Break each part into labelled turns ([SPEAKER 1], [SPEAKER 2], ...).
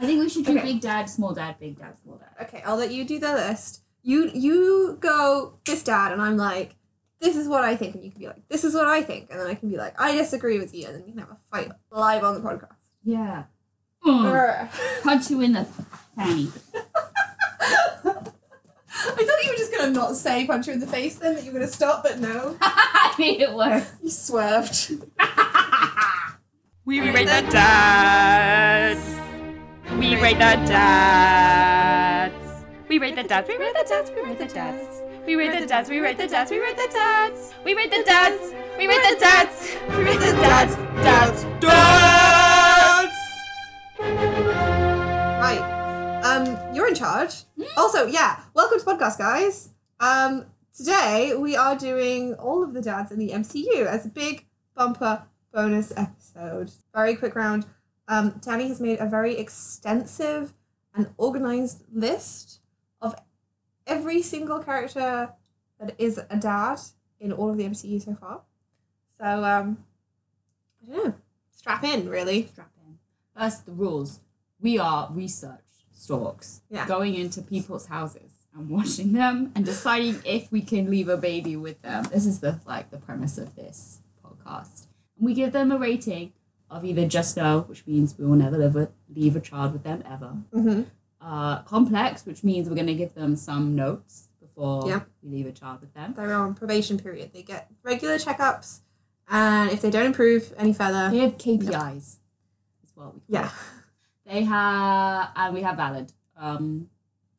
[SPEAKER 1] we should do
[SPEAKER 2] Okay.
[SPEAKER 1] big dad, small dad, big dad, small dad.
[SPEAKER 2] Okay, I'll let you do the list. You you go this dad, and I'm like, this is what I think, and you can be like, this is what I think, and then I can be like, I disagree with you, and then you can have a fight live on the podcast.
[SPEAKER 1] Yeah. Mm.
[SPEAKER 2] Brr.
[SPEAKER 1] Punch you in the fanny.
[SPEAKER 2] I thought you were just gonna not say punch her in the face, then that you were gonna stop, but no,
[SPEAKER 1] I made it work.
[SPEAKER 2] you swerved.
[SPEAKER 3] We rate the dads. We rate the dads. We rate the dads. We rate the dads. We rate the dads. We rate the dads. We rate the dads. We rate the dads. We rate the dads. We rate the dads. We rate the dads. Dads. Dads.
[SPEAKER 2] Right, um, you're in charge. Also, yeah, welcome to podcast, guys. Um, today we are doing all of the dads in the MCU as a big bumper bonus episode. Very quick round. Um, Danny has made a very extensive and organized list of every single character that is a dad in all of the MCU so far. So, um, I don't know. Strap in, really.
[SPEAKER 1] Strap in. First, the rules. We are research stalks.
[SPEAKER 2] Yeah.
[SPEAKER 1] Going into people's houses and watching them and deciding if we can leave a baby with them. This is the like the premise of this podcast. And we give them a rating of either just no, which means we will never live with, leave a child with them ever.
[SPEAKER 2] Mm-hmm.
[SPEAKER 1] Uh, complex, which means we're going to give them some notes before
[SPEAKER 2] Yeah.
[SPEAKER 1] we leave a child with them.
[SPEAKER 2] they're on probation period. They get regular checkups, and if they don't improve any
[SPEAKER 1] They
[SPEAKER 2] further,
[SPEAKER 1] have KPIs as well. We call
[SPEAKER 2] yeah,
[SPEAKER 1] it. They have, and we have valid, um,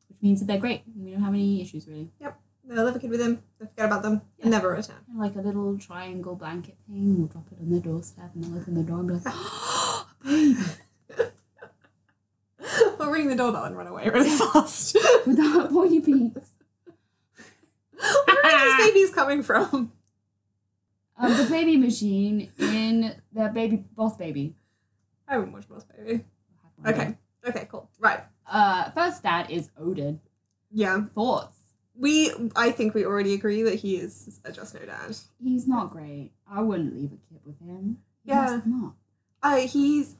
[SPEAKER 1] which means that they're great. We don't have any issues really.
[SPEAKER 2] they'll live a kid with them. They forget about them.
[SPEAKER 1] Yeah.
[SPEAKER 2] and Never return.
[SPEAKER 1] And like a little triangle blanket thing, we'll drop it on the doorstep and they'll open the door and be like, "Oh,
[SPEAKER 2] we'll ring the doorbell and run away really fast.
[SPEAKER 1] without pointy peaks.
[SPEAKER 2] Where are these babies coming from?
[SPEAKER 1] Um, the baby machine in their baby, boss baby.
[SPEAKER 2] I haven't watched Boss Baby. Okay, okay, cool. Right,
[SPEAKER 1] Uh, first dad is Odin.
[SPEAKER 2] yeah.
[SPEAKER 1] Thoughts?
[SPEAKER 2] We, I think we already agree that he is a just no dad.
[SPEAKER 1] He's not great. I wouldn't leave a kid with him. He
[SPEAKER 2] Yeah.
[SPEAKER 1] messed them up.
[SPEAKER 2] Uh, he's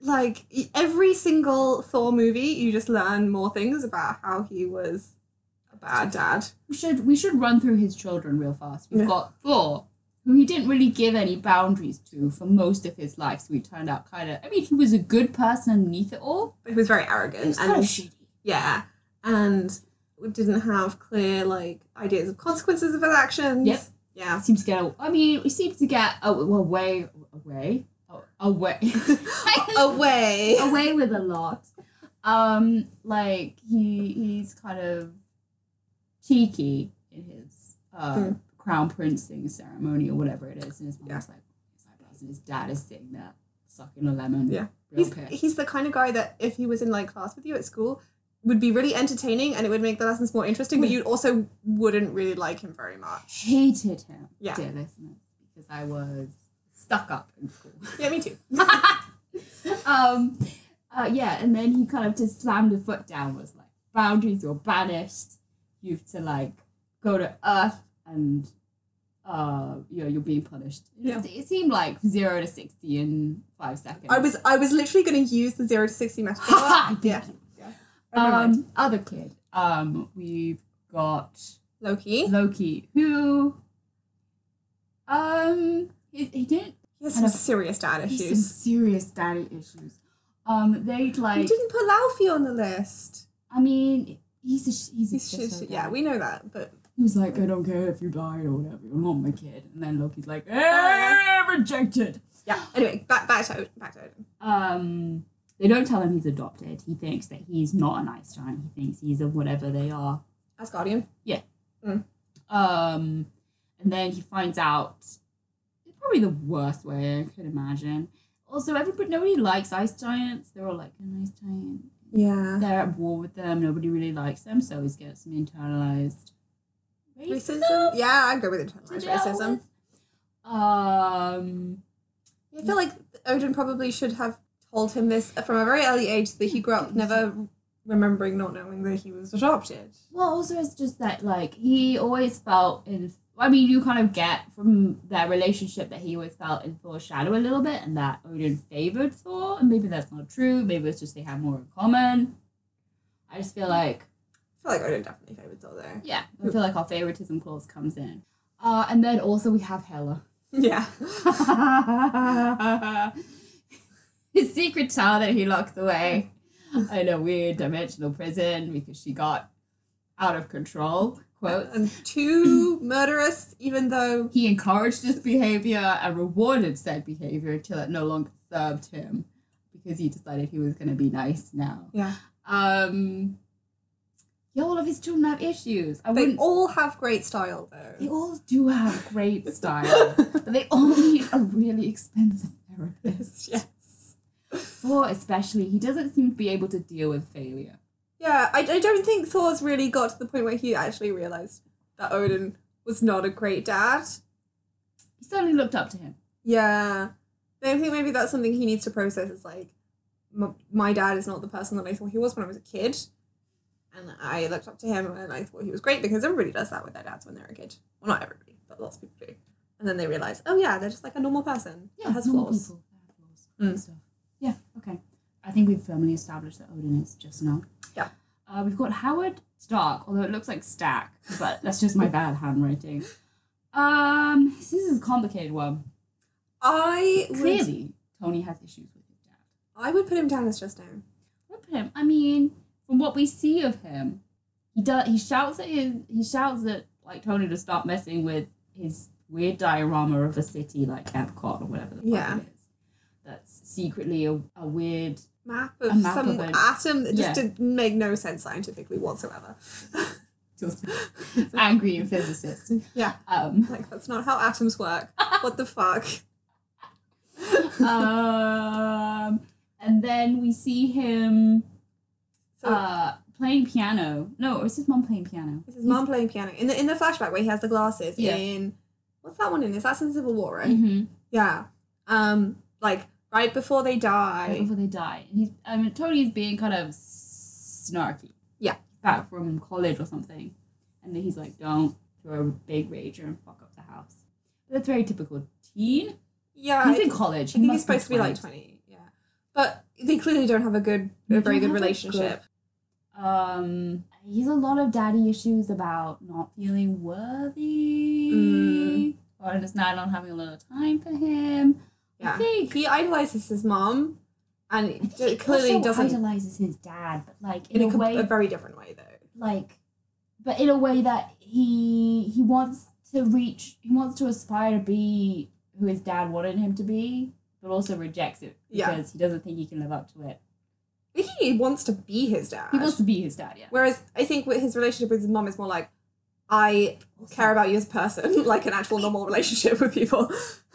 [SPEAKER 2] like e- every single Thor movie, you just learn more things about how he was a bad dad.
[SPEAKER 1] We should we should run through his children real fast. We've
[SPEAKER 2] Yeah.
[SPEAKER 1] got Thor, who he didn't really give any boundaries to for most of his life, so he turned out kind of. I mean, he was a good person underneath it all.
[SPEAKER 2] He was very
[SPEAKER 1] He
[SPEAKER 2] arrogant
[SPEAKER 1] was
[SPEAKER 2] and
[SPEAKER 1] kind of shitty.
[SPEAKER 2] yeah, and we didn't have clear like ideas of consequences of his actions.
[SPEAKER 1] Yep.
[SPEAKER 2] Yeah.
[SPEAKER 1] Seems to get. I mean, he seems to get a- away away away
[SPEAKER 2] Away.
[SPEAKER 1] away with a lot. Um, like he he's kind of cheeky in his uh,
[SPEAKER 2] Hmm.
[SPEAKER 1] crown princing ceremony or whatever it is, and his mom's like his eyebrows, and his dad is sitting there sucking a lemon.
[SPEAKER 2] Yeah.
[SPEAKER 1] real
[SPEAKER 2] He's,
[SPEAKER 1] pissed.
[SPEAKER 2] he's the kind of guy that if he was in like class with you at school would be really entertaining and it would make the lessons more interesting, but you also wouldn't really like him very much.
[SPEAKER 1] hated him,
[SPEAKER 2] Yeah.
[SPEAKER 1] dear listeners, because I was stuck up in school.
[SPEAKER 2] Yeah, me too.
[SPEAKER 1] um, uh, yeah, and then he kind of just slammed a foot down. Was like boundaries were banished. You've to like go to Earth, and uh, you know you're being punished.
[SPEAKER 2] Yeah.
[SPEAKER 1] It, it seemed like zero to sixty in five seconds.
[SPEAKER 2] I was I was literally gonna use the zero to sixty metaphor.
[SPEAKER 1] Ha ha!
[SPEAKER 2] yeah. Never mind.
[SPEAKER 1] Um, other kid. Um, we've got
[SPEAKER 2] Loki.
[SPEAKER 1] Loki, who um he, he didn't
[SPEAKER 2] He has
[SPEAKER 1] I know.
[SPEAKER 2] some serious dad
[SPEAKER 1] There's
[SPEAKER 2] issues.
[SPEAKER 1] Some serious daddy issues. Um, they'd
[SPEAKER 2] You
[SPEAKER 1] like.
[SPEAKER 2] didn't put Laufey on the list.
[SPEAKER 1] I mean, he's a sh- he's a
[SPEAKER 2] He's
[SPEAKER 1] shit.
[SPEAKER 2] just, yeah, we know that, but
[SPEAKER 1] He was like, I don't care if you die or whatever. You're not my kid. And then Loki's like, eh,
[SPEAKER 2] Uh-huh.
[SPEAKER 1] rejected.
[SPEAKER 2] yeah. Anyway, back back to back to Odin.
[SPEAKER 1] Um, they don't tell him he's adopted. He thinks that he's not an ice giant. He thinks he's a whatever they are.
[SPEAKER 2] Asgardian.
[SPEAKER 1] Um, and then he finds out probably the worst way I could imagine. Also, everybody nobody likes ice giants. They're all like an ice giant.
[SPEAKER 2] Yeah.
[SPEAKER 1] they're at war with them. Nobody really likes them, so he's got some internalized
[SPEAKER 2] Racism? Yeah, I go with
[SPEAKER 1] to
[SPEAKER 2] internalized
[SPEAKER 1] deal
[SPEAKER 2] racism.
[SPEAKER 1] with. Um,
[SPEAKER 2] I feel like Odin probably should have told him this from a very early age that he grew up never remembering not knowing that he was adopted.
[SPEAKER 1] well, also it's just that like he always felt in Well, I mean, you kind of get from their relationship that he always felt in Thor's shadow a little bit, and that Odin favored Thor, and maybe that's not true. Maybe it's just they have more in common. I just feel like
[SPEAKER 2] I feel like Odin definitely favoured Thor there.
[SPEAKER 1] yeah, I feel like our favoritism clause comes in. Uh, and then also we have Hela.
[SPEAKER 2] Yeah.
[SPEAKER 1] His secret child that he locked away in a weird dimensional prison because she got out of control. Quotes.
[SPEAKER 2] and too murderous, even though
[SPEAKER 1] He encouraged this behavior and rewarded said behavior until it no longer served him because he decided he was going to be nice now.
[SPEAKER 2] yeah,
[SPEAKER 1] Um, yeah, all of his children have issues. I
[SPEAKER 2] they
[SPEAKER 1] wouldn't.
[SPEAKER 2] all have great style
[SPEAKER 1] They
[SPEAKER 2] though.
[SPEAKER 1] all do have great style, but they all need a really expensive therapist.
[SPEAKER 2] Yes.
[SPEAKER 1] Thor, especially, he doesn't seem to be able to deal with failure.
[SPEAKER 2] Yeah, I, I don't think Thor's really got to the point where he actually realized that Odin was not a great dad.
[SPEAKER 1] He certainly looked up to him.
[SPEAKER 2] Yeah, I think maybe that's something he needs to process. Is like, m- my dad is not the person that I thought he was when I was a kid, and I looked up to him and I thought he was great because everybody does that with their dads when they're a kid. Well, not everybody, but lots of people do. And then they realize, oh yeah, they're just like a normal person that has
[SPEAKER 1] normal
[SPEAKER 2] flaws. Mm.
[SPEAKER 1] people have flaws and stuff. Yeah, okay. I think we've firmly established that Odin is just not.
[SPEAKER 2] Yeah.
[SPEAKER 1] Uh, we've got Howard Stark, although it looks like Stack, but that's just my bad handwriting. Um, this is a complicated one.
[SPEAKER 2] I would,
[SPEAKER 1] Clearly, Tony has issues with his dad.
[SPEAKER 2] I would put him down as just down.
[SPEAKER 1] Look at him. I mean, from what we see of him, he does. He shouts at his. He shouts at like Tony to stop messing with his weird diorama of a city like Epcot or whatever. The fuck
[SPEAKER 2] Yeah.
[SPEAKER 1] It is. That's secretly a, a weird.
[SPEAKER 2] Map of
[SPEAKER 1] A map
[SPEAKER 2] some
[SPEAKER 1] of a-
[SPEAKER 2] atom that just
[SPEAKER 1] Yeah.
[SPEAKER 2] didn't make no sense scientifically whatsoever.
[SPEAKER 1] Just angry physicist.
[SPEAKER 2] Yeah,
[SPEAKER 1] Um.
[SPEAKER 2] like that's not how atoms work. what the fuck?
[SPEAKER 1] um. And then we see him
[SPEAKER 2] So
[SPEAKER 1] uh, playing piano. No, or is his mom playing piano?
[SPEAKER 2] It's his mom playing piano in the in the flashback where he has the glasses
[SPEAKER 1] Yeah.
[SPEAKER 2] in what's that one in? Is that in Civil War, right?
[SPEAKER 1] hmm
[SPEAKER 2] Yeah. Um, like right before they
[SPEAKER 1] right
[SPEAKER 2] die.
[SPEAKER 1] before they die. And he's, I mean, Tony's being kind of snarky.
[SPEAKER 2] Yeah.
[SPEAKER 1] Back from college or something. And then he's like, don't throw a big rager and fuck up the house. But that's very typical teen.
[SPEAKER 2] Yeah. I
[SPEAKER 1] He's in
[SPEAKER 2] think,
[SPEAKER 1] college. He
[SPEAKER 2] I think he's
[SPEAKER 1] must
[SPEAKER 2] supposed to be like twenty. Yeah. But they clearly don't have a good
[SPEAKER 1] They
[SPEAKER 2] a very
[SPEAKER 1] don't
[SPEAKER 2] good
[SPEAKER 1] have a
[SPEAKER 2] relationship.
[SPEAKER 1] Um, he's a lot of daddy issues about not feeling worthy.
[SPEAKER 2] Mm.
[SPEAKER 1] Or just not not having a lot of time for him. I
[SPEAKER 2] Yeah.
[SPEAKER 1] think
[SPEAKER 2] He idolizes his mom and
[SPEAKER 1] I
[SPEAKER 2] it
[SPEAKER 1] think he
[SPEAKER 2] clearly
[SPEAKER 1] also
[SPEAKER 2] doesn't
[SPEAKER 1] idolizes his dad, but like in,
[SPEAKER 2] in a,
[SPEAKER 1] a
[SPEAKER 2] com-
[SPEAKER 1] way
[SPEAKER 2] a very different way though.
[SPEAKER 1] like but in a way that he he wants to reach he wants to aspire to be who his dad wanted him to be but also rejects it
[SPEAKER 2] Yeah.
[SPEAKER 1] because he doesn't think he can live up to it
[SPEAKER 2] I think he wants to be his dad.
[SPEAKER 1] he wants to be his dad yeah
[SPEAKER 2] Whereas I think with his relationship with his mom is more like I care about you as a person, like an actual normal relationship with people.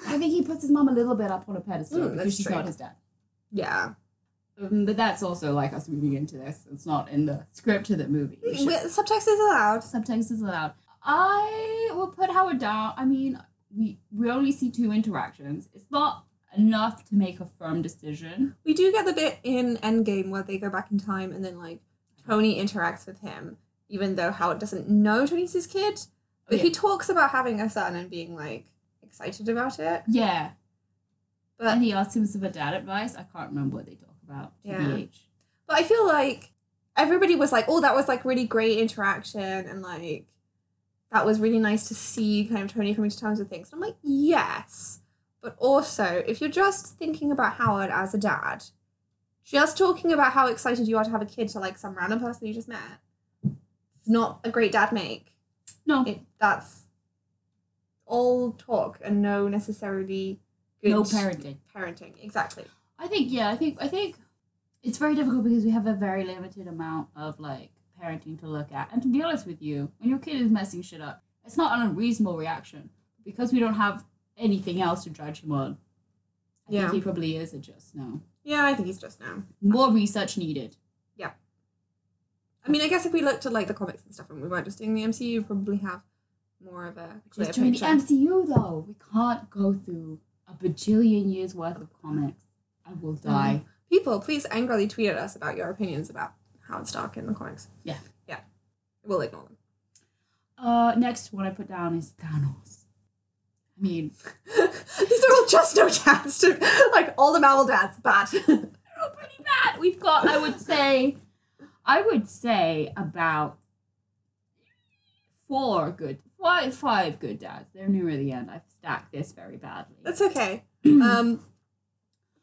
[SPEAKER 1] i think he puts his mom a little bit up on a pedestal
[SPEAKER 2] Mm,
[SPEAKER 1] because
[SPEAKER 2] that's
[SPEAKER 1] she's
[SPEAKER 2] true.
[SPEAKER 1] not his dad
[SPEAKER 2] Yeah.
[SPEAKER 1] um, but that's also like us moving into this it's not in the script of the movie We should-
[SPEAKER 2] With- Subtext is allowed.
[SPEAKER 1] subtext is allowed. I will put Howard down. I mean, we we only see two interactions. It's not enough to make a firm decision.
[SPEAKER 2] We do get the bit in Endgame where they go back in time and then like Tony interacts with him, even though Howard doesn't know Tony's his kid. But he
[SPEAKER 1] Yeah.
[SPEAKER 2] talks about having a son and being like excited about it.
[SPEAKER 1] Yeah.
[SPEAKER 2] But
[SPEAKER 1] And he asked him some dad advice. I can't remember what they talk about.
[SPEAKER 2] Yeah.
[SPEAKER 1] TBH.
[SPEAKER 2] But I feel like everybody was like, oh, that was like really great interaction and like that was really nice to see kind of Tony coming to terms with things. And I'm like, yes. But also, if you're just thinking about Howard as a dad, just talking about how excited you are to have a kid to like some random person you just met, it's not a great dad make.
[SPEAKER 1] No.
[SPEAKER 2] It, that's all talk and no necessarily good
[SPEAKER 1] no parenting.
[SPEAKER 2] parenting. Exactly.
[SPEAKER 1] I think yeah. I think I think it's very difficult because we have a very limited amount of like parenting to look at. And to be honest with you, when your kid is messing shit up, it's not an unreasonable reaction because we don't have anything else to judge him on. I
[SPEAKER 2] Yeah.
[SPEAKER 1] think he probably is a just no.
[SPEAKER 2] Yeah, I think he's just now.
[SPEAKER 1] More research needed.
[SPEAKER 2] I mean, I guess if we looked at like the comics and stuff, and we weren't just doing the MCU, you'd probably have more of a clear
[SPEAKER 1] Just during the
[SPEAKER 2] picture.
[SPEAKER 1] MCU though, we can't go through a bajillion years worth of comics. I will
[SPEAKER 2] Mm-hmm.
[SPEAKER 1] die.
[SPEAKER 2] People, please angrily tweet at us about your opinions about Howard Stark in the comics.
[SPEAKER 1] Yeah.
[SPEAKER 2] yeah, we'll ignore them.
[SPEAKER 1] Uh, next one I put down is Thanos. I mean,
[SPEAKER 2] These are all just no dads. To, like all the mammal dads, bad.
[SPEAKER 1] they're all pretty bad. We've got, I would say, I would say about four good, five, five good dads. They're near the end. I've stacked this very badly.
[SPEAKER 2] That's okay. Um,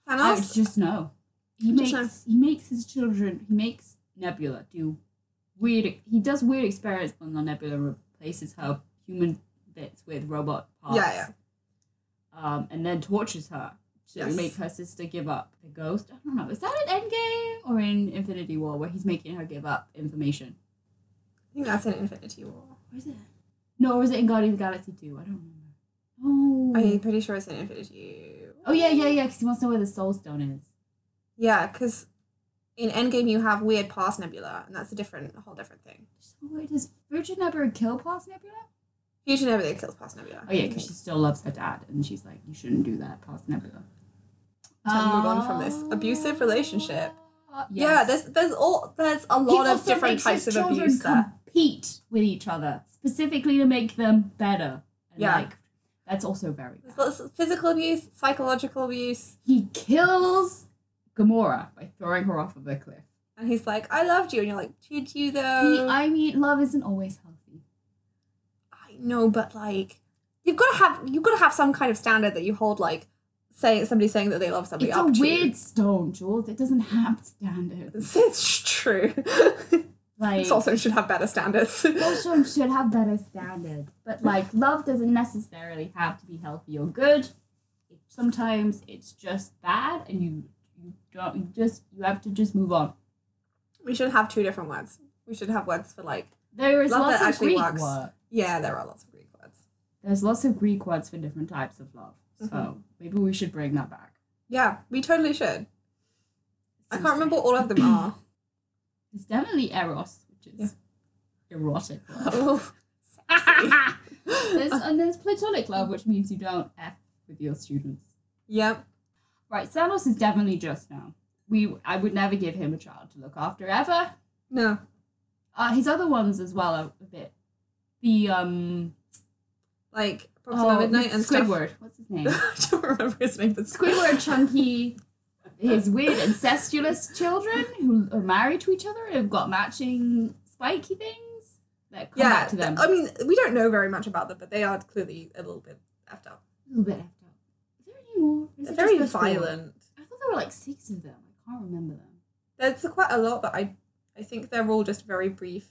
[SPEAKER 1] I
[SPEAKER 2] Thanos.
[SPEAKER 1] just know. He
[SPEAKER 2] Just
[SPEAKER 1] makes
[SPEAKER 2] know.
[SPEAKER 1] he makes his children. He makes Nebula do weird. He does weird experiments when the Nebula replaces her human bits with robot parts.
[SPEAKER 2] Yeah, yeah.
[SPEAKER 1] Um, and then tortures her to
[SPEAKER 2] Yes.
[SPEAKER 1] make her sister give up the ghost. I don't know. Is that in Endgame or in Infinity War where he's making her give up information?
[SPEAKER 2] I think that's an Infinity War.
[SPEAKER 1] Or is it? No, or is it in Guardians of the Galaxy Two? I don't remember. Oh.
[SPEAKER 2] I'm pretty sure it's an Infinity.
[SPEAKER 1] oh yeah, yeah, yeah. Because he wants to know where the Soul Stone is.
[SPEAKER 2] Yeah, because in Endgame you have weird past Nebula, and that's a different, a whole different thing.
[SPEAKER 1] So wait, does Virgin Nebula kill Past Nebula?
[SPEAKER 2] Fusion Nebula kills past Nebula.
[SPEAKER 1] Oh yeah, because she still loves her dad, and she's like, "You shouldn't do that, past Nebula."
[SPEAKER 2] Time to move on from this abusive relationship.
[SPEAKER 1] Uh,
[SPEAKER 2] Yeah,
[SPEAKER 1] Oh. yes.
[SPEAKER 2] there's there's all there's a
[SPEAKER 1] He
[SPEAKER 2] lot of
[SPEAKER 1] also
[SPEAKER 2] different
[SPEAKER 1] makes
[SPEAKER 2] types
[SPEAKER 1] his
[SPEAKER 2] of
[SPEAKER 1] children
[SPEAKER 2] abuse there.
[SPEAKER 1] Compete with each other specifically to make them better. And
[SPEAKER 2] Yeah.
[SPEAKER 1] like, that's also very. Bad.
[SPEAKER 2] There's lots of physical abuse, psychological abuse,
[SPEAKER 1] He kills Gamora by throwing her off of a cliff.
[SPEAKER 2] and he's like, "I loved you," and you're like, "Did you
[SPEAKER 1] he,
[SPEAKER 2] though?"
[SPEAKER 1] I mean, love isn't always healthy.
[SPEAKER 2] I know, but like, you've got to have you've got to have some kind of standard that you hold. Like, say somebody saying that they love somebody
[SPEAKER 1] It's a
[SPEAKER 2] up to.
[SPEAKER 1] weird stone, Jules. It doesn't have standards.
[SPEAKER 2] It's true.
[SPEAKER 1] Like,
[SPEAKER 2] It's also should have better standards.
[SPEAKER 1] Children should have better standards, but like love doesn't necessarily have to be healthy or good. It, sometimes it's just bad, and you you don't you just you have to just move on.
[SPEAKER 2] we should have two different words. We should have words for like,
[SPEAKER 1] There is
[SPEAKER 2] Love
[SPEAKER 1] lots of
[SPEAKER 2] that actually
[SPEAKER 1] Greek
[SPEAKER 2] works.
[SPEAKER 1] word.
[SPEAKER 2] yeah, there are lots of Greek words.
[SPEAKER 1] There's lots of Greek words for different types of love. So
[SPEAKER 2] Mhm.
[SPEAKER 1] maybe we should bring that back.
[SPEAKER 2] Yeah, we totally should. I
[SPEAKER 1] Seems
[SPEAKER 2] can't remember what all of them are.
[SPEAKER 1] There's definitely eros, which is erotic. Love.
[SPEAKER 2] Oh,
[SPEAKER 1] there's, and there's platonic love, which means you don't f with your students.
[SPEAKER 2] yep.
[SPEAKER 1] Right, Thanos is definitely just now. We I would never give him a child to look after ever.
[SPEAKER 2] No.
[SPEAKER 1] Uh, his other ones as well are a bit. The um
[SPEAKER 2] Like Proxima
[SPEAKER 1] oh,
[SPEAKER 2] Midnight and stuff.
[SPEAKER 1] Squidward. What's his name?
[SPEAKER 2] I don't remember his name, but
[SPEAKER 1] Squidward, Chunky, his weird incestuous children who are married to each other and have got matching spiky things that come
[SPEAKER 2] Yeah,
[SPEAKER 1] back to them.
[SPEAKER 2] I mean, we don't know very much about them, but they are clearly a little bit effed up.
[SPEAKER 1] a little bit effed up. Is there any more? Is
[SPEAKER 2] They're
[SPEAKER 1] it
[SPEAKER 2] very
[SPEAKER 1] just those four?
[SPEAKER 2] violent.
[SPEAKER 1] I thought there were like six of them. I can't remember them.
[SPEAKER 2] There's quite a lot, but I, I think they're all just very brief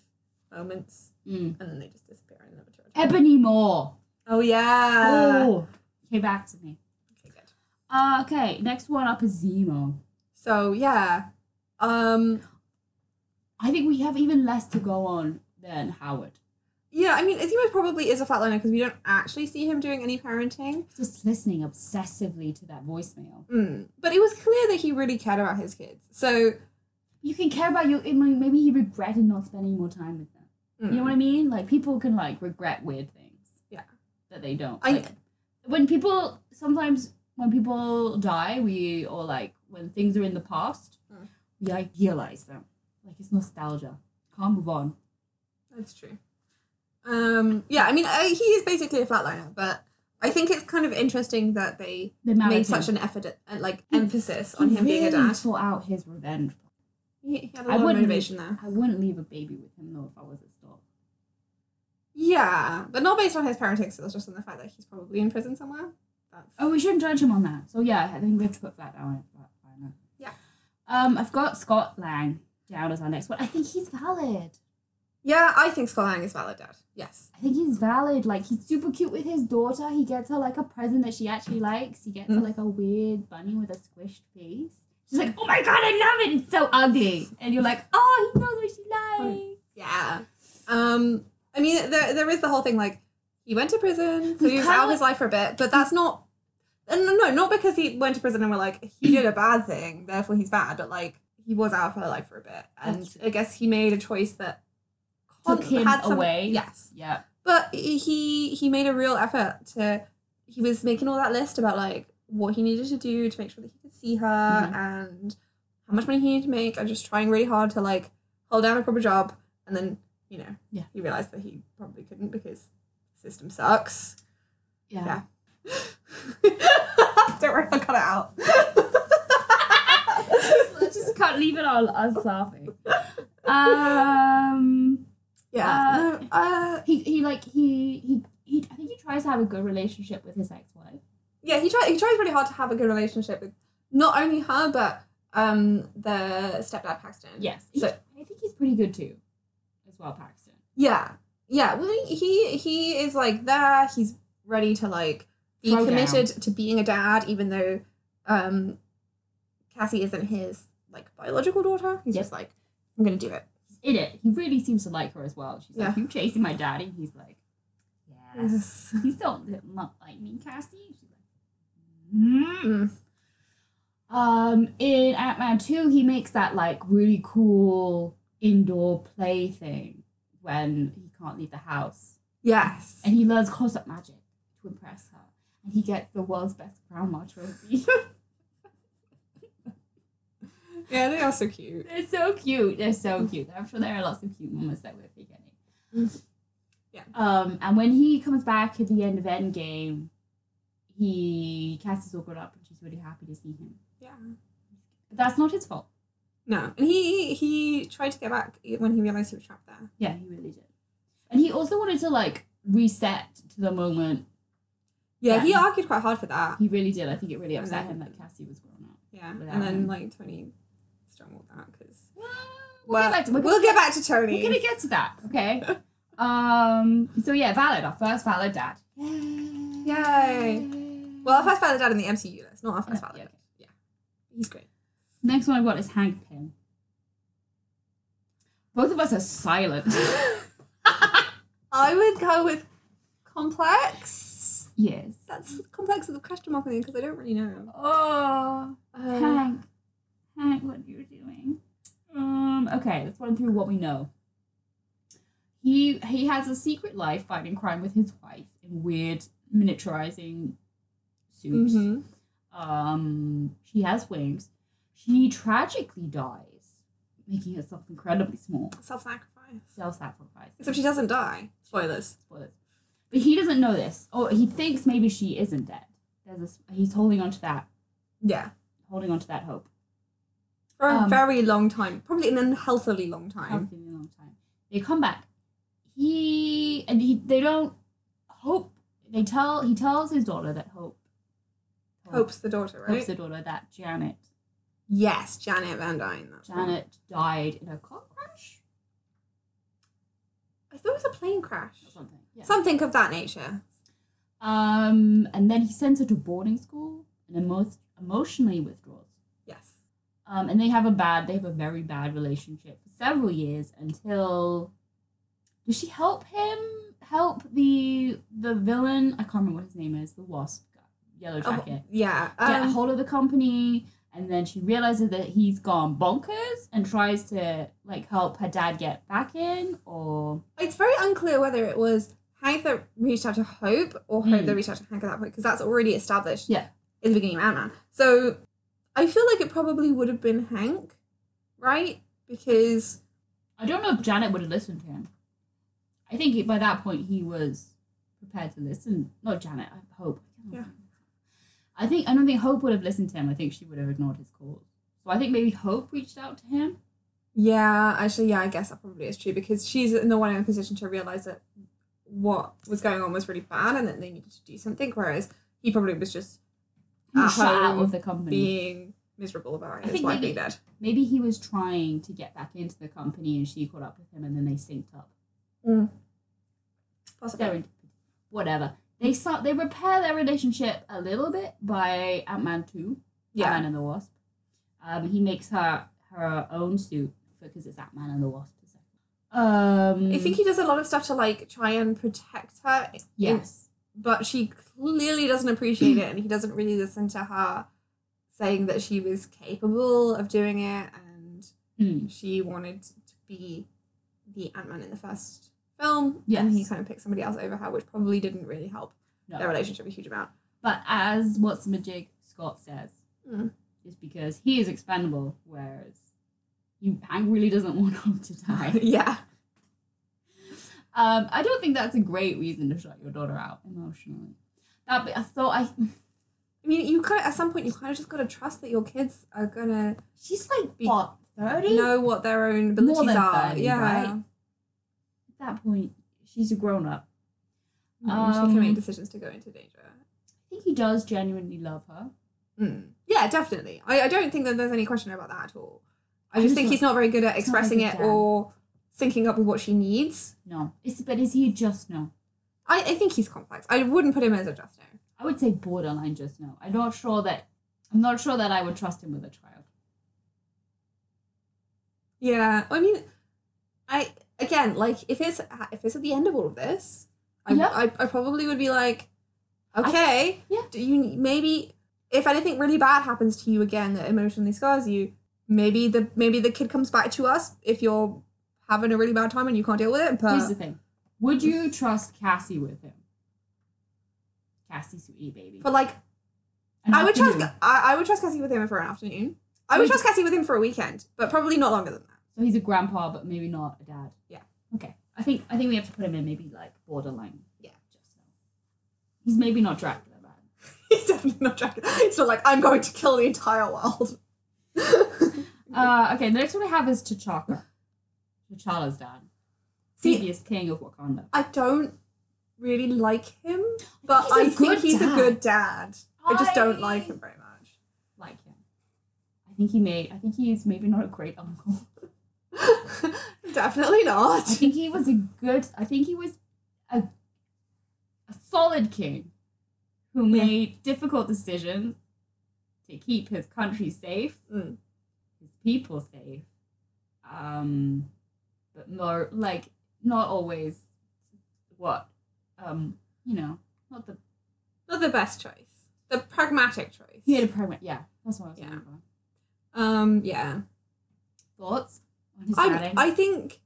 [SPEAKER 2] moments,
[SPEAKER 1] Mm.
[SPEAKER 2] and then they just disappear and never return.
[SPEAKER 1] Ebony Moore.
[SPEAKER 2] oh yeah.
[SPEAKER 1] oh, came back to me.
[SPEAKER 2] Okay, good.
[SPEAKER 1] Uh, okay, next one up is Zemo.
[SPEAKER 2] So yeah, um,
[SPEAKER 1] I think we have even less to go on than Howard.
[SPEAKER 2] yeah. I mean, Izuma probably is a flatliner because we don't actually see him doing any parenting.
[SPEAKER 1] Just listening obsessively to that voicemail.
[SPEAKER 2] Mm. But it was clear that he really cared about his kids. So
[SPEAKER 1] You can care about your. I mean, Maybe he regretted not spending more time with them. You know what I mean? Like people can like regret weird things.
[SPEAKER 2] Mm. Yeah.
[SPEAKER 1] That they don't.
[SPEAKER 2] I-
[SPEAKER 1] Like, when people sometimes when people die, we or like when things are in the past,
[SPEAKER 2] Mm.
[SPEAKER 1] we idealize them. Like it's nostalgia. Can't move on.
[SPEAKER 2] That's true. Um, yeah, I mean, I, he is basically a flatliner, but I think it's kind of interesting that they
[SPEAKER 1] They married
[SPEAKER 2] made
[SPEAKER 1] him.
[SPEAKER 2] such an effort, at, at, like
[SPEAKER 1] He-
[SPEAKER 2] emphasis
[SPEAKER 1] He
[SPEAKER 2] on him being a
[SPEAKER 1] really
[SPEAKER 2] dad.
[SPEAKER 1] sought out his revenge.
[SPEAKER 2] He, he had a
[SPEAKER 1] I
[SPEAKER 2] lot of
[SPEAKER 1] wouldn't-
[SPEAKER 2] motivation there.
[SPEAKER 1] I wouldn't leave a baby with him though if I was a stalk.
[SPEAKER 2] Yeah, but not based on his parenting skills, just on the fact that he's probably in prison somewhere. That's
[SPEAKER 1] Oh, we shouldn't judge him on that. So yeah, I think we have to put that down. That final.
[SPEAKER 2] Yeah.
[SPEAKER 1] Um, I've got Scott Lang down as our next one. I think he's valid.
[SPEAKER 2] yeah, I think Scott Lang is valid dad. Yes.
[SPEAKER 1] I think he's valid. Like he's super cute with his daughter. He gets her like a present that she actually likes. He gets her
[SPEAKER 2] Mm.
[SPEAKER 1] like a weird bunny with a squished face. She's like, oh my god, I love it. It's so ugly. And you're like, oh, he knows what she likes.
[SPEAKER 2] Yeah. Um, I mean, there there is the whole thing like he went to prison, so
[SPEAKER 1] He's
[SPEAKER 2] he was
[SPEAKER 1] kinda
[SPEAKER 2] out of his life for a bit, but that's not. And no, no, not because he went to prison and we're like he did a bad thing, therefore he's bad. But like he was out of her life for a bit, and
[SPEAKER 1] That's true.
[SPEAKER 2] I guess he made a choice that
[SPEAKER 1] Took
[SPEAKER 2] con-
[SPEAKER 1] him
[SPEAKER 2] had some-
[SPEAKER 1] away.
[SPEAKER 2] Yes,
[SPEAKER 1] Yeah.
[SPEAKER 2] but he he made a real effort to. He was making all that list about like what he needed to do to make sure that he could see her
[SPEAKER 1] Mhm.
[SPEAKER 2] and how much money he needed to make, and just trying really hard to like hold down a proper job and then you know,
[SPEAKER 1] Yeah.
[SPEAKER 2] he realized that he probably couldn't because the system sucks.
[SPEAKER 1] Yeah.
[SPEAKER 2] Yeah. Don't worry, I cut it out.
[SPEAKER 1] I just can't leave it all us laughing. Um,
[SPEAKER 2] yeah. no, uh,
[SPEAKER 1] he, he like he, he he I think he tries to have a good relationship with his ex-wife.
[SPEAKER 2] yeah, he tries he tries really hard to have a good relationship with not only her but um the stepdad Paxton.
[SPEAKER 1] Yes,
[SPEAKER 2] So-
[SPEAKER 1] I think he's pretty good too, as well, Paxton.
[SPEAKER 2] Yeah. Yeah. Well he he, he is like there, he's ready to like be
[SPEAKER 1] Throw
[SPEAKER 2] committed to being a dad, even though um Cassie isn't his like biological daughter. He's
[SPEAKER 1] Yep.
[SPEAKER 2] just like, I'm gonna do it.
[SPEAKER 1] He's in it. He really seems to like her as well. She's like, "You chasing my daddy?" And he's like, "Yes." He's still not like me, Cassie. She's like, "Mm."
[SPEAKER 2] Mm.
[SPEAKER 1] Um, in Ant Man two, he makes that like really cool indoor play thing when he can't leave the house,
[SPEAKER 2] Yes.
[SPEAKER 1] and he learns close-up magic to impress her, and he gets the world's best grandma trophy.
[SPEAKER 2] Yeah, they are so cute.
[SPEAKER 1] They're so cute. They're so cute. I'm sure there are lots of cute moments that we're forgetting.
[SPEAKER 2] Yeah.
[SPEAKER 1] Um, and when he comes back at the end of Endgame, he Cassie's all grown up and she's really happy to see him.
[SPEAKER 2] Yeah.
[SPEAKER 1] But that's not his fault.
[SPEAKER 2] No. And he he tried to get back when he realized he was trapped there.
[SPEAKER 1] Yeah, he really did. And he also wanted to like reset to the moment.
[SPEAKER 2] Yeah, he
[SPEAKER 1] Yeah.
[SPEAKER 2] argued quite hard for that.
[SPEAKER 1] He really did. I think it really
[SPEAKER 2] And
[SPEAKER 1] upset
[SPEAKER 2] then-
[SPEAKER 1] him that Cassie was grown up.
[SPEAKER 2] Yeah.
[SPEAKER 1] Without
[SPEAKER 2] And then
[SPEAKER 1] him.
[SPEAKER 2] like Tony strangled that because
[SPEAKER 1] Well,
[SPEAKER 2] we'll,
[SPEAKER 1] get back to-
[SPEAKER 2] we'll,
[SPEAKER 1] we're
[SPEAKER 2] get back to Tony.
[SPEAKER 1] We're gonna get to that, okay? um. So yeah, valid. Our first valid dad.
[SPEAKER 2] Yay. Well, our first father dad in the MCU. That's not our
[SPEAKER 1] Yeah,
[SPEAKER 2] first father
[SPEAKER 1] yeah,
[SPEAKER 2] dad. Yeah. He's great.
[SPEAKER 1] Next one I've got is Hank Pym. Both of us are silent.
[SPEAKER 2] I would go with complex.
[SPEAKER 1] yes.
[SPEAKER 2] That's complex with a question mark on it because I don't really know.
[SPEAKER 1] Oh,
[SPEAKER 2] Uh,
[SPEAKER 1] Hank. Hank, what are you doing? Um. Okay, let's run through what we know. He he has a secret life fighting crime with his wife in weird miniaturizing suits.
[SPEAKER 2] mhm.
[SPEAKER 1] Um, she has wings. She tragically dies, making herself incredibly small.
[SPEAKER 2] Self-sacrifice.
[SPEAKER 1] Self-sacrifice.
[SPEAKER 2] Except she doesn't die. Spoilers.
[SPEAKER 1] spoilers. But he doesn't know this, or he thinks maybe she isn't dead. There's this, he's holding on to that,
[SPEAKER 2] Yeah.
[SPEAKER 1] holding on to that hope.
[SPEAKER 2] For a
[SPEAKER 1] Um,
[SPEAKER 2] very long time. Probably an unhealthily long time.
[SPEAKER 1] Haven't seen him in a long time. They come back. He and he, they don't hope. They tell he tells his daughter that hope.
[SPEAKER 2] Hope's the daughter,
[SPEAKER 1] hopes
[SPEAKER 2] right?
[SPEAKER 1] the daughter that Janet
[SPEAKER 2] Yes, Janet Van Dyne. That's right.
[SPEAKER 1] Janet died in a car crash
[SPEAKER 2] I thought it was a plane crash.
[SPEAKER 1] or something. Yeah.
[SPEAKER 2] Something of that nature.
[SPEAKER 1] Um, and then he sends her to boarding school and emo- emotionally withdraws.
[SPEAKER 2] Yes.
[SPEAKER 1] Um, and they have a bad, they have a very bad relationship for several years until. Does she help him help the the villain? I can't remember what his name is. The wasp, guy, yellow
[SPEAKER 2] Oh,
[SPEAKER 1] jacket.
[SPEAKER 2] yeah.
[SPEAKER 1] Get a
[SPEAKER 2] Um,
[SPEAKER 1] hold of the company, and then she realizes that he's gone bonkers and tries to like help her dad get back in. Or
[SPEAKER 2] it's very unclear whether it was Hank that reached out to Hope or Hope
[SPEAKER 1] Mm.
[SPEAKER 2] that reached out to Hank at that point because that's already established.
[SPEAKER 1] Yeah.
[SPEAKER 2] In the beginning of Ant Man, so I feel like it probably would have been Hank, right? Because
[SPEAKER 1] I don't know if Janet would have listened to him. I think he- by that point he was prepared to listen. Not Janet, I hope.
[SPEAKER 2] Yeah.
[SPEAKER 1] I think I don't think Hope would have listened to him. I think she would have ignored his calls. So I think maybe Hope reached out to him.
[SPEAKER 2] yeah, actually, yeah, I guess that probably is true because she's in the one in a position to realize that what was going on was really bad and that they needed to do something, whereas he probably was just
[SPEAKER 1] He
[SPEAKER 2] At
[SPEAKER 1] was shut out
[SPEAKER 2] home,
[SPEAKER 1] of the company.
[SPEAKER 2] being miserable about
[SPEAKER 1] Hmm. I
[SPEAKER 2] his
[SPEAKER 1] think
[SPEAKER 2] wife
[SPEAKER 1] maybe-
[SPEAKER 2] being dead.
[SPEAKER 1] Maybe he was trying to get back into the company, and she caught up with him, and then they synced up.
[SPEAKER 2] Possibly.
[SPEAKER 1] They're in- whatever. They start. They repair their relationship a little bit by Ant Man two.
[SPEAKER 2] yeah.
[SPEAKER 1] Ant-Man and the Wasp. Um, he makes her her own suit because it's Ant-Man and the Wasp. is it? Um,
[SPEAKER 2] I think he does a lot of stuff to like try and protect her,
[SPEAKER 1] yes.
[SPEAKER 2] but she clearly doesn't appreciate it, and he doesn't really listen to her saying that she was capable of doing it, and
[SPEAKER 1] Mm.
[SPEAKER 2] she wanted to be the Ant Man in the first film.
[SPEAKER 1] Yes.
[SPEAKER 2] and he kind of picked somebody else over her, which probably didn't really help
[SPEAKER 1] No.
[SPEAKER 2] their relationship a huge amount.
[SPEAKER 1] But as what's Majig Scott says,
[SPEAKER 2] Mm.
[SPEAKER 1] it's because he is expendable, whereas you Hank really doesn't want him to die.
[SPEAKER 2] yeah,
[SPEAKER 1] Um, I don't think that's a great reason to shut your daughter out emotionally. That be, I thought I
[SPEAKER 2] I mean, you kind of, at some point you kind of just got to trust that your kids are gonna
[SPEAKER 1] she's like
[SPEAKER 2] Be-
[SPEAKER 1] what thirty
[SPEAKER 2] know what their own
[SPEAKER 1] More
[SPEAKER 2] abilities
[SPEAKER 1] than
[SPEAKER 2] are.
[SPEAKER 1] 30,
[SPEAKER 2] yeah,
[SPEAKER 1] right? at that point. She's a grown up.
[SPEAKER 2] Mm, she can
[SPEAKER 1] Um,
[SPEAKER 2] make decisions to go into danger.
[SPEAKER 1] I think he does genuinely love her.
[SPEAKER 2] Mm. Yeah, definitely. I, I don't think that there's any question about that at all. I
[SPEAKER 1] I
[SPEAKER 2] just
[SPEAKER 1] just
[SPEAKER 2] think
[SPEAKER 1] don't-
[SPEAKER 2] he's not very good at
[SPEAKER 1] it's not like
[SPEAKER 2] expressing
[SPEAKER 1] a
[SPEAKER 2] it
[SPEAKER 1] dad.
[SPEAKER 2] or syncing up with what she needs.
[SPEAKER 1] No, it's, but is he just no?
[SPEAKER 2] I, I think he's complex. I wouldn't put him as a just no.
[SPEAKER 1] I would say borderline just no. I'm not sure that I'm not sure that I would trust him with a child.
[SPEAKER 2] Yeah, I mean, I again like if it's if it's at the end of all of this, I
[SPEAKER 1] Yeah.
[SPEAKER 2] I, I probably would be like, okay,
[SPEAKER 1] yeah.
[SPEAKER 2] do you maybe if anything really bad happens to you again that emotionally scars you, maybe the maybe the kid comes back to us if you're having a really bad time and you can't deal with it.
[SPEAKER 1] Here's the
[SPEAKER 2] But
[SPEAKER 1] thing: Would you trust Cassie with him? Cassie, sweetie baby.
[SPEAKER 2] but like
[SPEAKER 1] An
[SPEAKER 2] I would trust
[SPEAKER 1] afternoon.
[SPEAKER 2] I, I would trust Cassie with him for an afternoon. I would
[SPEAKER 1] Wait.
[SPEAKER 2] trust Cassie with him for a weekend, but probably not longer than that.
[SPEAKER 1] So he's a grandpa, but maybe not a dad.
[SPEAKER 2] Yeah.
[SPEAKER 1] Okay. I think I think we have to put him in maybe like borderline.
[SPEAKER 2] Yeah.
[SPEAKER 1] Just so. He's maybe not Dracula man.
[SPEAKER 2] He's definitely not Dracula. It's not like I'm going to kill the entire world.
[SPEAKER 1] Uh, okay. The next one I have is T'Chaka. T'Challa's dad,
[SPEAKER 2] See-
[SPEAKER 1] previous king of Wakanda.
[SPEAKER 2] I don't really like him, but
[SPEAKER 1] he's a
[SPEAKER 2] I think
[SPEAKER 1] good
[SPEAKER 2] he's a
[SPEAKER 1] dad.
[SPEAKER 2] good dad. I just don't like him very much.
[SPEAKER 1] Like him. I think he may. I think he is maybe not a great uncle.
[SPEAKER 2] Definitely not.
[SPEAKER 1] I think he was a good. I think he was a a solid king who
[SPEAKER 2] Yeah.
[SPEAKER 1] made difficult decisions to keep his country safe,
[SPEAKER 2] Mm.
[SPEAKER 1] his people safe, um, but more like not always what um you know not the
[SPEAKER 2] Not the best choice. The pragmatic choice.
[SPEAKER 1] he had a pregnant yeah that's what I was
[SPEAKER 2] Yeah.
[SPEAKER 1] looking for.
[SPEAKER 2] Um. Yeah.
[SPEAKER 1] thoughts on his
[SPEAKER 2] I.
[SPEAKER 1] daddy?
[SPEAKER 2] I think.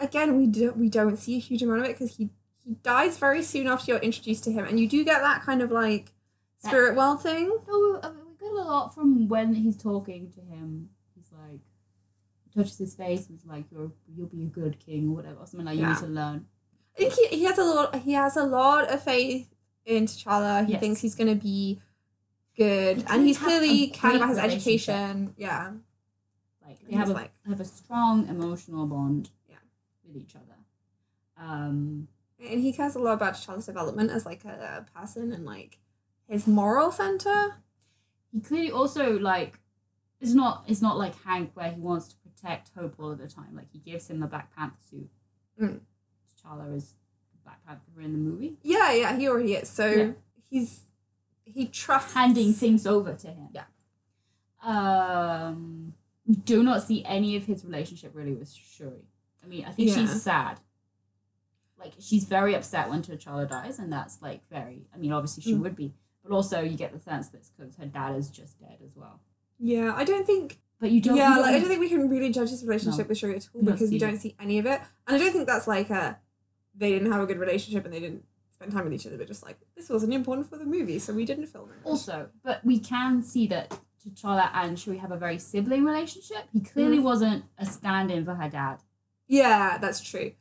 [SPEAKER 2] Again, we don't we don't see a huge amount of it because he he dies very soon after you're introduced to him, and you do get that kind of like
[SPEAKER 1] That-
[SPEAKER 2] spirit well thing.
[SPEAKER 1] No, I mean, uh, we get a lot from when he's talking to him. He's like, he touches his face and he's like, You're, you'll be a good king or whatever, or something like you
[SPEAKER 2] Yeah.
[SPEAKER 1] need to learn.
[SPEAKER 2] I think he, he has a lot. He has a lot of faith in T'Challa. He
[SPEAKER 1] Yes.
[SPEAKER 2] thinks he's going to be good,
[SPEAKER 1] He
[SPEAKER 2] and he's
[SPEAKER 1] doesn't have
[SPEAKER 2] clearly
[SPEAKER 1] a
[SPEAKER 2] caring about
[SPEAKER 1] great
[SPEAKER 2] his
[SPEAKER 1] relationship.
[SPEAKER 2] education. Yeah,
[SPEAKER 1] Like they
[SPEAKER 2] He's
[SPEAKER 1] have a
[SPEAKER 2] like-
[SPEAKER 1] have a strong emotional bond
[SPEAKER 2] Yeah.
[SPEAKER 1] with each other. Um,
[SPEAKER 2] and he cares a lot about T'Challa's development as like a, person and like his moral center.
[SPEAKER 1] he clearly also like it's not it's not like Hank where he wants to protect Hope all of the time. Like he gives him the Black Panther suit.
[SPEAKER 2] Mm.
[SPEAKER 1] T'Challa is Black Panther in the movie,
[SPEAKER 2] Yeah, yeah, he already is. So
[SPEAKER 1] Yeah.
[SPEAKER 2] he's he trusts
[SPEAKER 1] handing things over to him.
[SPEAKER 2] Yeah.
[SPEAKER 1] Um, we do not see any of his relationship really with Shuri. I mean, I think
[SPEAKER 2] Yeah.
[SPEAKER 1] she's sad. Like she's very upset when T'Challa dies, and that's like very. I mean, obviously she
[SPEAKER 2] Mm.
[SPEAKER 1] would be, but also you get the sense that's because her dad is just dead as well.
[SPEAKER 2] Yeah, I don't think.
[SPEAKER 1] But you don't.
[SPEAKER 2] yeah,
[SPEAKER 1] you
[SPEAKER 2] like I don't think we can really judge his relationship
[SPEAKER 1] No.
[SPEAKER 2] with Shuri at all
[SPEAKER 1] You don't
[SPEAKER 2] because we
[SPEAKER 1] see it.
[SPEAKER 2] don't see any of it, and I don't think that's like a they didn't have a good relationship and they didn't spend time with each other, but just like this wasn't important for the movie, so we didn't film it.
[SPEAKER 1] also, but we can see that T'Challa and Shuri have a very sibling relationship. He clearly
[SPEAKER 2] Mm.
[SPEAKER 1] wasn't a stand-in for her dad.
[SPEAKER 2] Yeah, that's true.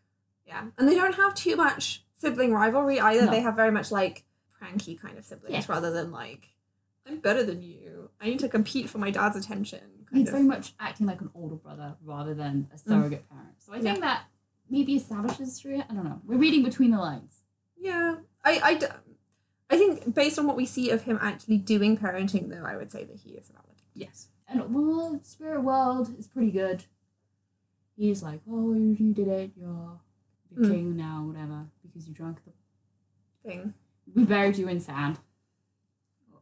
[SPEAKER 2] Yeah. And they don't have too much sibling rivalry either.
[SPEAKER 1] No.
[SPEAKER 2] They have very much like pranky kind of siblings
[SPEAKER 1] Yes.
[SPEAKER 2] rather than like, I'm better than you. I need to compete for my dad's attention. Kind
[SPEAKER 1] He's
[SPEAKER 2] of. Mm.
[SPEAKER 1] very much acting like an older brother rather than a surrogate parent. So I think that maybe establishes Shuri. I don't know. We're reading between the lines.
[SPEAKER 2] yeah. I, I, d- I think based on what we see of him actually doing parenting, though, I would say that he is a valid.
[SPEAKER 1] Yes. And well, Spirit World is pretty good. He's like, oh, you, you did it. You're the
[SPEAKER 2] Mm.
[SPEAKER 1] king now, whatever, because you drank the.
[SPEAKER 2] Thing.
[SPEAKER 1] We buried you in sand.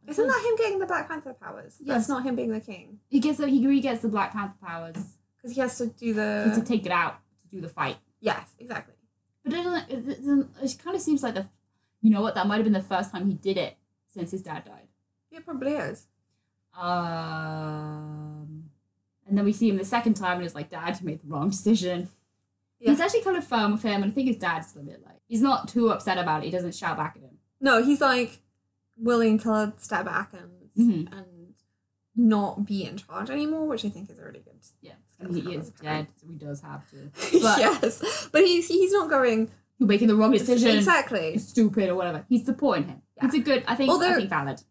[SPEAKER 2] Isn't that him getting the Black Panther powers? That's
[SPEAKER 1] Yes.
[SPEAKER 2] not him being the king.
[SPEAKER 1] He gets he re gets the Black Panther powers.
[SPEAKER 2] Because he has to do
[SPEAKER 1] He has to
[SPEAKER 2] the.
[SPEAKER 1] take it out to do the fight.
[SPEAKER 2] Yes, exactly.
[SPEAKER 1] But it doesn't. It, doesn't, it kind of seems like the. You know what? That might have been the first time he did it since his dad died.
[SPEAKER 2] Yeah, probably is.
[SPEAKER 1] Um, and then we see him the second time, and it's like, Dad, you made the wrong decision.
[SPEAKER 2] Yeah.
[SPEAKER 1] He's actually kind of firm with him, and I think his dad's a bit like, he's not too upset about it. He doesn't shout back at him.
[SPEAKER 2] No, he's like willing to step back and
[SPEAKER 1] Mhm.
[SPEAKER 2] and not be in charge anymore, which I think is a really good.
[SPEAKER 1] Yeah, and he is dead, so he does have to. But-
[SPEAKER 2] yes, but he's he's not going
[SPEAKER 1] You're making the wrong decision.
[SPEAKER 2] exactly.
[SPEAKER 1] You're stupid or whatever. He's supporting him. He's a good. I think.
[SPEAKER 2] Although-
[SPEAKER 1] I think valid.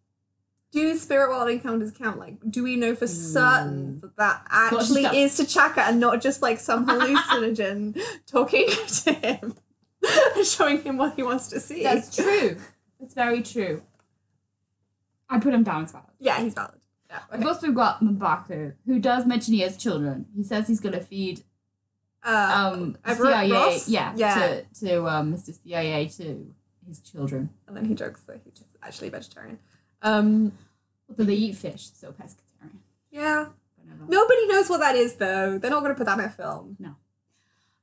[SPEAKER 2] Do spirit world encounters count? Like, do we know for certain
[SPEAKER 1] Mm.
[SPEAKER 2] that that
[SPEAKER 1] not just
[SPEAKER 2] actually
[SPEAKER 1] a-
[SPEAKER 2] is T'Chaka and not just like some hallucinogen talking to him, and showing him what he wants to see?
[SPEAKER 1] That's true. That's very true. I put him down as valid.
[SPEAKER 2] Yeah, he's valid. Yeah, okay.
[SPEAKER 1] We've also got Mbaku, who does mention he has children. He says he's going to feed
[SPEAKER 2] Uh,
[SPEAKER 1] um
[SPEAKER 2] Everett
[SPEAKER 1] CIA,
[SPEAKER 2] Ross?
[SPEAKER 1] yeah,
[SPEAKER 2] Yeah.
[SPEAKER 1] to to um, Mr. CIA to his children.
[SPEAKER 2] and then he jokes that he's actually vegetarian. Um,
[SPEAKER 1] Although they eat fish, so pescatarian.
[SPEAKER 2] yeah,
[SPEAKER 1] But never mind.
[SPEAKER 2] Nobody knows what that is, though. They're not going to put that in a film.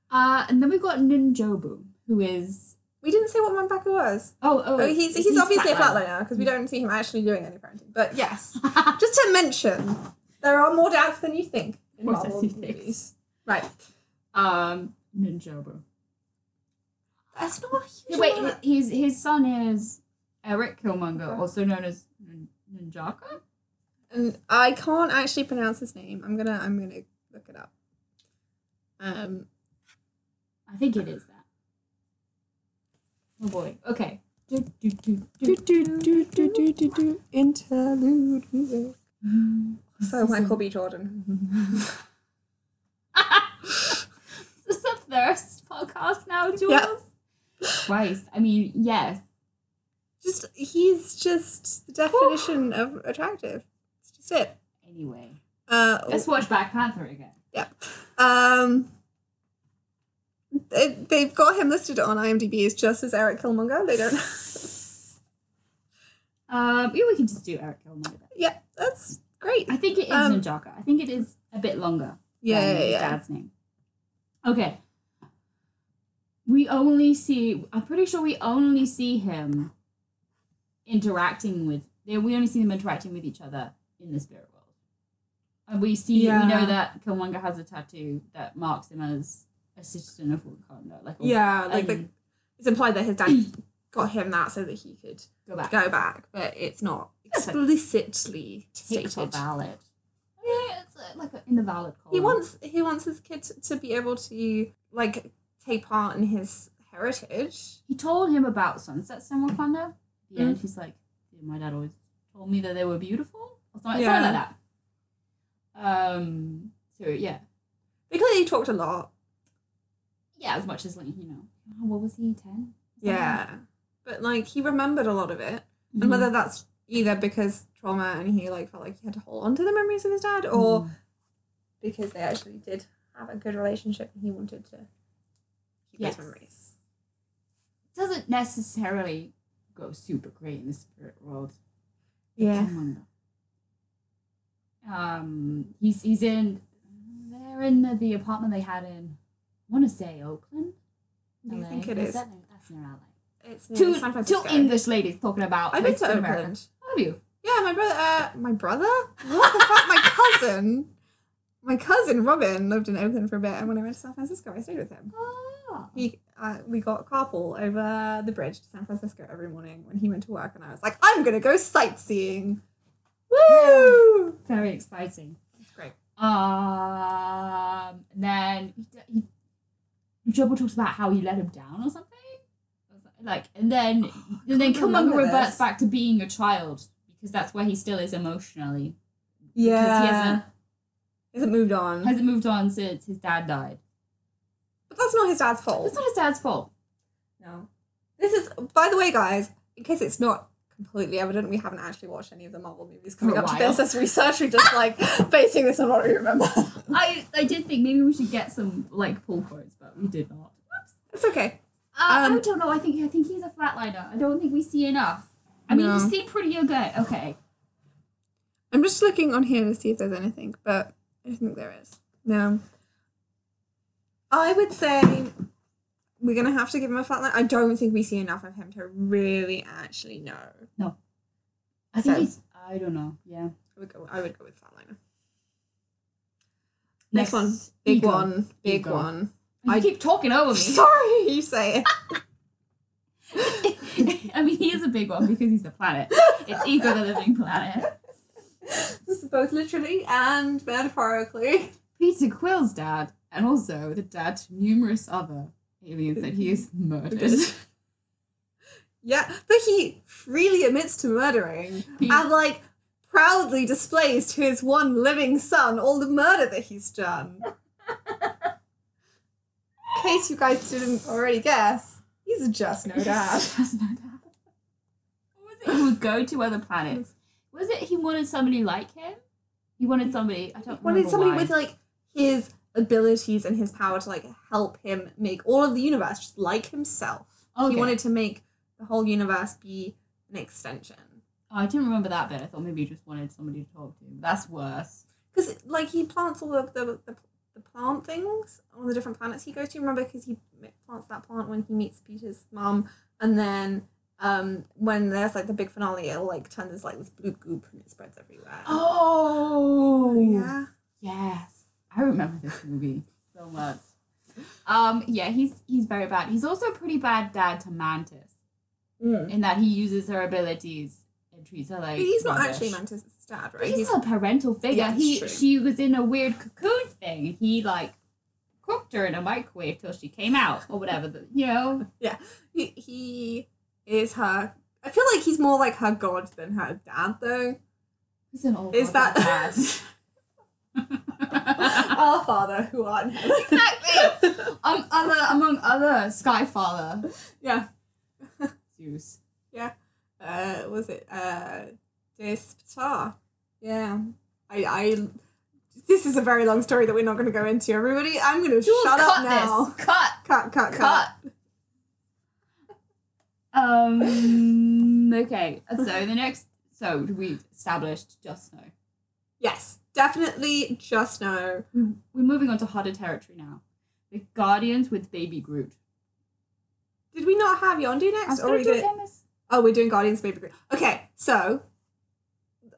[SPEAKER 1] Uh, and then we've got Ninjobu, who is
[SPEAKER 2] We didn't say what Manbaku was.
[SPEAKER 1] oh oh,
[SPEAKER 2] Oh, he's, he's, obviously a
[SPEAKER 1] flatliner.
[SPEAKER 2] flatliner because we don't see him actually doing any parenting. But yes, just to mention, there are more dads than you think in
[SPEAKER 1] More
[SPEAKER 2] Marvel
[SPEAKER 1] dads you think.
[SPEAKER 2] movies. Right.
[SPEAKER 1] um Ninjobu.
[SPEAKER 2] That's not a huge
[SPEAKER 1] No, wait,
[SPEAKER 2] amount.
[SPEAKER 1] hi- his his son is Eric Killmonger,
[SPEAKER 2] Okay.
[SPEAKER 1] also known as Nin- Ninjaka.
[SPEAKER 2] And I can't actually pronounce his name. I'm gonna I'm gonna look it up. Um,
[SPEAKER 1] I think it is that. Oh boy. Okay. Do, do, do, do, do, do, do, do.
[SPEAKER 2] interlude music. So
[SPEAKER 1] This is a-
[SPEAKER 2] Michael B. Jordan.
[SPEAKER 1] This is a thirst podcast now, Jules.
[SPEAKER 2] Yeah.
[SPEAKER 1] Christ. I mean, yes.
[SPEAKER 2] just he's just the definition of attractive. It's just it.
[SPEAKER 1] Anyway,
[SPEAKER 2] Uh,
[SPEAKER 1] let's watch Black Panther again.
[SPEAKER 2] um, they, they've got him listed on IMDb as just as Eric Killmonger. They don't.
[SPEAKER 1] Um, yeah, we can just do Eric Killmonger. then.
[SPEAKER 2] yeah, that's great.
[SPEAKER 1] I think it is
[SPEAKER 2] Um,
[SPEAKER 1] Ninjaka. I think it is a bit longer.
[SPEAKER 2] Yeah,
[SPEAKER 1] than
[SPEAKER 2] yeah,
[SPEAKER 1] his
[SPEAKER 2] yeah.
[SPEAKER 1] dad's name. Okay. We only see. I'm pretty sure we only see him interacting with. yeah, We only see them interacting with each other in the spirit world, and we see. We
[SPEAKER 2] Yeah.
[SPEAKER 1] know that Killmonger has a tattoo that marks him as a citizen of Wakanda. Like a-
[SPEAKER 2] Yeah, like the,
[SPEAKER 1] and
[SPEAKER 2] it's implied that his dad got him that so that he could
[SPEAKER 1] go back.
[SPEAKER 2] go back, but it's not
[SPEAKER 1] That's like
[SPEAKER 2] explicitly
[SPEAKER 1] Take for
[SPEAKER 2] stated.
[SPEAKER 1] valid. Yeah, it's uh, like a, in the valid column.
[SPEAKER 2] He wants he wants his kid to be able to like take part in his heritage.
[SPEAKER 1] he told him about sunsets in Wakanda. Yeah,
[SPEAKER 2] Mm.
[SPEAKER 1] and he's like, "Yeah, my dad always told me that they were beautiful, or something,
[SPEAKER 2] Yeah.
[SPEAKER 1] something like that. Um, so yeah,
[SPEAKER 2] They clearly talked a lot.
[SPEAKER 1] yeah, as much as like you know, oh, what was he ten?
[SPEAKER 2] Yeah. But like he remembered a lot of it. and whether that's either because trauma and he like felt like he had to hold on to the memories of his dad or because they actually did have a good relationship and he wanted to keep
[SPEAKER 1] Yes.
[SPEAKER 2] those memories
[SPEAKER 1] Mm-hmm. doesn't necessarily go super great in the spirit world.
[SPEAKER 2] yeah
[SPEAKER 1] Killmonger. Um, he's he's in. They're in the, the apartment they had in. I want to say Oakland.
[SPEAKER 2] i
[SPEAKER 1] LA.
[SPEAKER 2] think it
[SPEAKER 1] Is
[SPEAKER 2] is
[SPEAKER 1] that- that's near LA.
[SPEAKER 2] it's near
[SPEAKER 1] two,
[SPEAKER 2] San
[SPEAKER 1] two
[SPEAKER 2] Francisco.
[SPEAKER 1] English ladies talking about.
[SPEAKER 2] i've been to
[SPEAKER 1] Mexican
[SPEAKER 2] oakland
[SPEAKER 1] Americans. Have you?
[SPEAKER 2] yeah my brother uh, my brother what the fuck my cousin my cousin robin lived in oakland for a bit and when i went to san francisco i stayed with him
[SPEAKER 1] Oh.
[SPEAKER 2] he, uh, we got carpool over the bridge to San Francisco every morning when he went to work, and I was like, I'm gonna go sightseeing. Woo!
[SPEAKER 1] Very exciting.
[SPEAKER 2] It's great.
[SPEAKER 1] Um, and then he, he, Jumbo talks about how he let him down or something. Like, and then and then
[SPEAKER 2] can't remember
[SPEAKER 1] Killmonger reverts
[SPEAKER 2] this.
[SPEAKER 1] back to being a child because that's where he still is emotionally.
[SPEAKER 2] Yeah.
[SPEAKER 1] Because he hasn't
[SPEAKER 2] He hasn't moved on.
[SPEAKER 1] hasn't moved on since his dad died.
[SPEAKER 2] But that's not his dad's fault.
[SPEAKER 1] It's not his dad's fault.
[SPEAKER 2] No. This is, by the way, guys, in case it's not completely evident, we haven't actually watched any of the Marvel movies coming
[SPEAKER 1] For a
[SPEAKER 2] up to
[SPEAKER 1] while.
[SPEAKER 2] this as research. We're just like basing this on what we remember.
[SPEAKER 1] I I did think maybe we should get some like pull quotes, but we did not.
[SPEAKER 2] it's okay.
[SPEAKER 1] Uh, I
[SPEAKER 2] Um,
[SPEAKER 1] don't know. I think I think he's a flatliner. I don't think we see enough. I mean,
[SPEAKER 2] No.
[SPEAKER 1] you see pretty good. Okay.
[SPEAKER 2] I'm just looking on here to see if there's anything, but I don't think there is. No. I would say we're gonna have to give him a flat line. I don't think we see enough of him to really actually know.
[SPEAKER 1] I think
[SPEAKER 2] So-
[SPEAKER 1] he's. I don't know. Yeah.
[SPEAKER 2] I would go. I would go with flatliner. Next, one, big
[SPEAKER 1] Ego.
[SPEAKER 2] one, big
[SPEAKER 1] Ego.
[SPEAKER 2] one.
[SPEAKER 1] You
[SPEAKER 2] I-
[SPEAKER 1] keep talking over me.
[SPEAKER 2] Sorry, you say it.
[SPEAKER 1] I mean, he is a big one because he's a planet. It's Ego, the living planet.
[SPEAKER 2] This is both literally and metaphorically.
[SPEAKER 1] Peter Quill's dad, and also the dad to numerous other aliens that he has murdered.
[SPEAKER 2] Yeah, but he freely admits to murdering
[SPEAKER 1] He-
[SPEAKER 2] and like proudly displays to his one living son all the murder that he's done. In case you guys didn't already guess, he's a just no dad.
[SPEAKER 1] Just no dad. What was it? He would go to other planets. Was it he wanted somebody like him? He wanted somebody. I don't.
[SPEAKER 2] wanted
[SPEAKER 1] remember
[SPEAKER 2] somebody
[SPEAKER 1] why.
[SPEAKER 2] with like his abilities and his power to like help him make all of the universe just like himself.
[SPEAKER 1] Okay.
[SPEAKER 2] He wanted to make the whole universe be an extension.
[SPEAKER 1] Oh, I didn't remember that bit. I thought maybe he just wanted somebody to talk to. That's worse.
[SPEAKER 2] Because like he plants all of the, the the plant things on the different planets he goes to. Remember, because he m- plants that plant when he meets Peter's mom, and then um when there's like the big finale, it'll like turn this like this blue goop and it spreads everywhere.
[SPEAKER 1] Oh.
[SPEAKER 2] yeah.
[SPEAKER 1] Yes, I remember this movie so much. Um, yeah, he's he's very bad. He's also a pretty bad dad to Mantis
[SPEAKER 2] Mm.
[SPEAKER 1] in that he uses her abilities and treats her like.
[SPEAKER 2] But he's not
[SPEAKER 1] rubbish.
[SPEAKER 2] actually Mantis' dad,
[SPEAKER 1] But
[SPEAKER 2] right?
[SPEAKER 1] he's a parental figure.
[SPEAKER 2] Yeah, that's
[SPEAKER 1] he
[SPEAKER 2] true.
[SPEAKER 1] she was in a weird cocoon thing. He like cooked her in a microwave till she came out or whatever. The, you know.
[SPEAKER 2] he, he is her. I feel like he's more like her god than her dad, though.
[SPEAKER 1] He's an old.
[SPEAKER 2] Is
[SPEAKER 1] father
[SPEAKER 2] that-
[SPEAKER 1] dad.
[SPEAKER 2] Our father, who art in heaven.
[SPEAKER 1] exactly. Um, other among other Skyfather.
[SPEAKER 2] Yeah.
[SPEAKER 1] Zeus.
[SPEAKER 2] Uh, was it uh, Desptar? Yeah. I, I. This is a very long story that we're not going to go into. Everybody, I'm going to
[SPEAKER 1] Jules,
[SPEAKER 2] shut
[SPEAKER 1] cut
[SPEAKER 2] up now.
[SPEAKER 1] This. Cut.
[SPEAKER 2] Cut, cut, cut.
[SPEAKER 1] cut. Um. Okay. So the next. So we've established just no.
[SPEAKER 2] Yes, definitely. Just know.
[SPEAKER 1] We- We're moving on to harder territory now. The Guardians with Baby Groot.
[SPEAKER 2] Did we not have Yondu next,
[SPEAKER 1] I
[SPEAKER 2] or we
[SPEAKER 1] was gonna
[SPEAKER 2] did?
[SPEAKER 1] do Emma's.
[SPEAKER 2] Oh, we're doing Guardians Baby Groot. Okay, so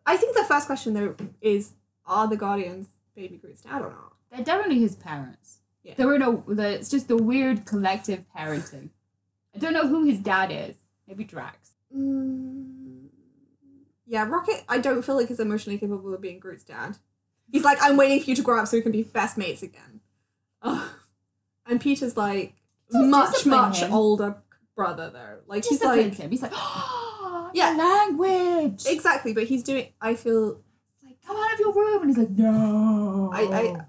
[SPEAKER 2] I think the first question though is are the Guardians Baby Groot's dad or not?
[SPEAKER 1] They're definitely his parents.
[SPEAKER 2] Yeah.
[SPEAKER 1] They were in a. The, it's just the weird collective parenting. I don't know who his dad is. Maybe Drax.
[SPEAKER 2] Mm, yeah, Rocket, I don't feel like is emotionally capable of being Groot's dad. He's like, I'm waiting for you to grow up so we can be best mates again. Ugh. And Peter's like
[SPEAKER 1] Just
[SPEAKER 2] much,
[SPEAKER 1] discipline
[SPEAKER 2] much
[SPEAKER 1] him.
[SPEAKER 2] older brother though. Like he's
[SPEAKER 1] Disciplines
[SPEAKER 2] like
[SPEAKER 1] him. He's like, oh,
[SPEAKER 2] Yeah.
[SPEAKER 1] language.
[SPEAKER 2] Exactly, but he's doing I feel
[SPEAKER 1] like, come out of your room, and he's like, no.
[SPEAKER 2] I- I-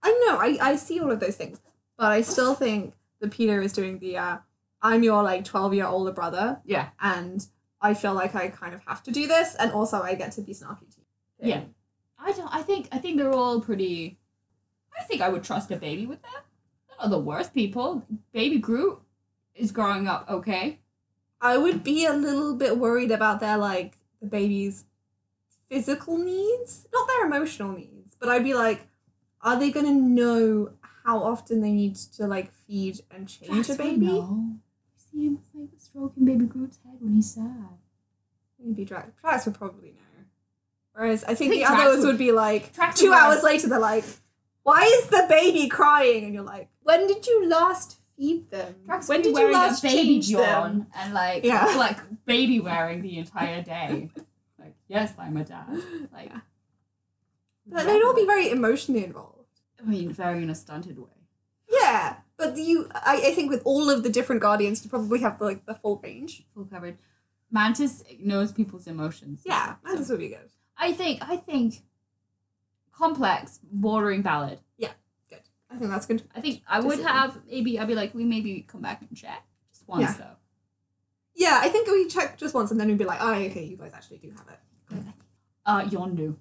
[SPEAKER 2] I know, I, I see all of those things. But I still think that Peter is doing the uh I'm your like twelve year older brother
[SPEAKER 1] yeah.
[SPEAKER 2] and I feel like I kind of have to do this, and also I get to be snarky to you.
[SPEAKER 1] Yeah. I don't. I think. I think they're all pretty. I think I would trust a baby with them. They're not the worst people. Baby Groot is growing up okay.
[SPEAKER 2] I would be a little bit worried about their like the baby's physical needs, not their emotional needs, but I'd be like, are they gonna know how often they need to like feed and change a baby?
[SPEAKER 1] No. See him like stroking Baby Groot's head when he's sad.
[SPEAKER 2] Maybe Drax. Drax would probably know. Whereas I think,
[SPEAKER 1] think
[SPEAKER 2] the
[SPEAKER 1] Drax
[SPEAKER 2] others
[SPEAKER 1] would-
[SPEAKER 2] would, be like
[SPEAKER 1] Drax
[SPEAKER 2] two
[SPEAKER 1] would
[SPEAKER 2] hours
[SPEAKER 1] like-
[SPEAKER 2] later they're like, why is the baby crying? And you're like, when did you last feed them?
[SPEAKER 1] Drax
[SPEAKER 2] when
[SPEAKER 1] would be
[SPEAKER 2] did
[SPEAKER 1] wearing
[SPEAKER 2] you last
[SPEAKER 1] a baby
[SPEAKER 2] change
[SPEAKER 1] John
[SPEAKER 2] them?
[SPEAKER 1] and like
[SPEAKER 2] Yeah.
[SPEAKER 1] like baby wearing the entire day. like yes, I'm a dad. Like
[SPEAKER 2] But they'd all be very emotionally involved.
[SPEAKER 1] I mean, very in a stunted way.
[SPEAKER 2] Yeah, but you, I, I think with all of the different guardians, you probably have like the full range.
[SPEAKER 1] Full coverage. Mantis knows people's emotions.
[SPEAKER 2] Yeah,
[SPEAKER 1] So-
[SPEAKER 2] this would be good.
[SPEAKER 1] I think I think complex bordering ballad.
[SPEAKER 2] I think that's good.
[SPEAKER 1] I think I would
[SPEAKER 2] Disagree.
[SPEAKER 1] have maybe I'd be like we maybe come back and check just once
[SPEAKER 2] Yeah.
[SPEAKER 1] though.
[SPEAKER 2] Yeah, I think we check just once, and then we'd be like, oh, okay, you guys actually do have it.
[SPEAKER 1] Uh, Yondu.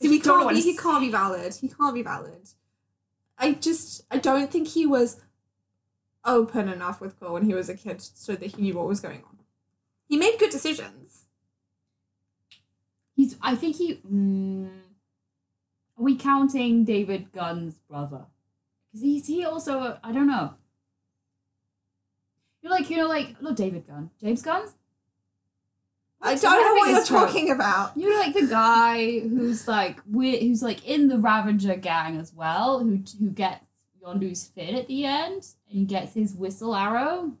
[SPEAKER 2] If he
[SPEAKER 1] don't
[SPEAKER 2] can't
[SPEAKER 1] wanna
[SPEAKER 2] be, he
[SPEAKER 1] s-
[SPEAKER 2] can't be valid. He can't be valid. I just, I don't think he was open enough with Quill when he was a kid, so that he knew what was going on. He made good decisions.
[SPEAKER 1] He's. I think he. Mm, are we counting David Gunn's brother? Because he's he also. a- I don't know. You're like you know like not David Gunn, James Gunn.
[SPEAKER 2] I
[SPEAKER 1] What's
[SPEAKER 2] don't know
[SPEAKER 1] happening
[SPEAKER 2] what you're
[SPEAKER 1] is wrong.
[SPEAKER 2] talking about.
[SPEAKER 1] You know, like the guy who's like weird, who's like in the Ravager gang as well, who who gets Yondu's fin at the end and gets his whistle arrow,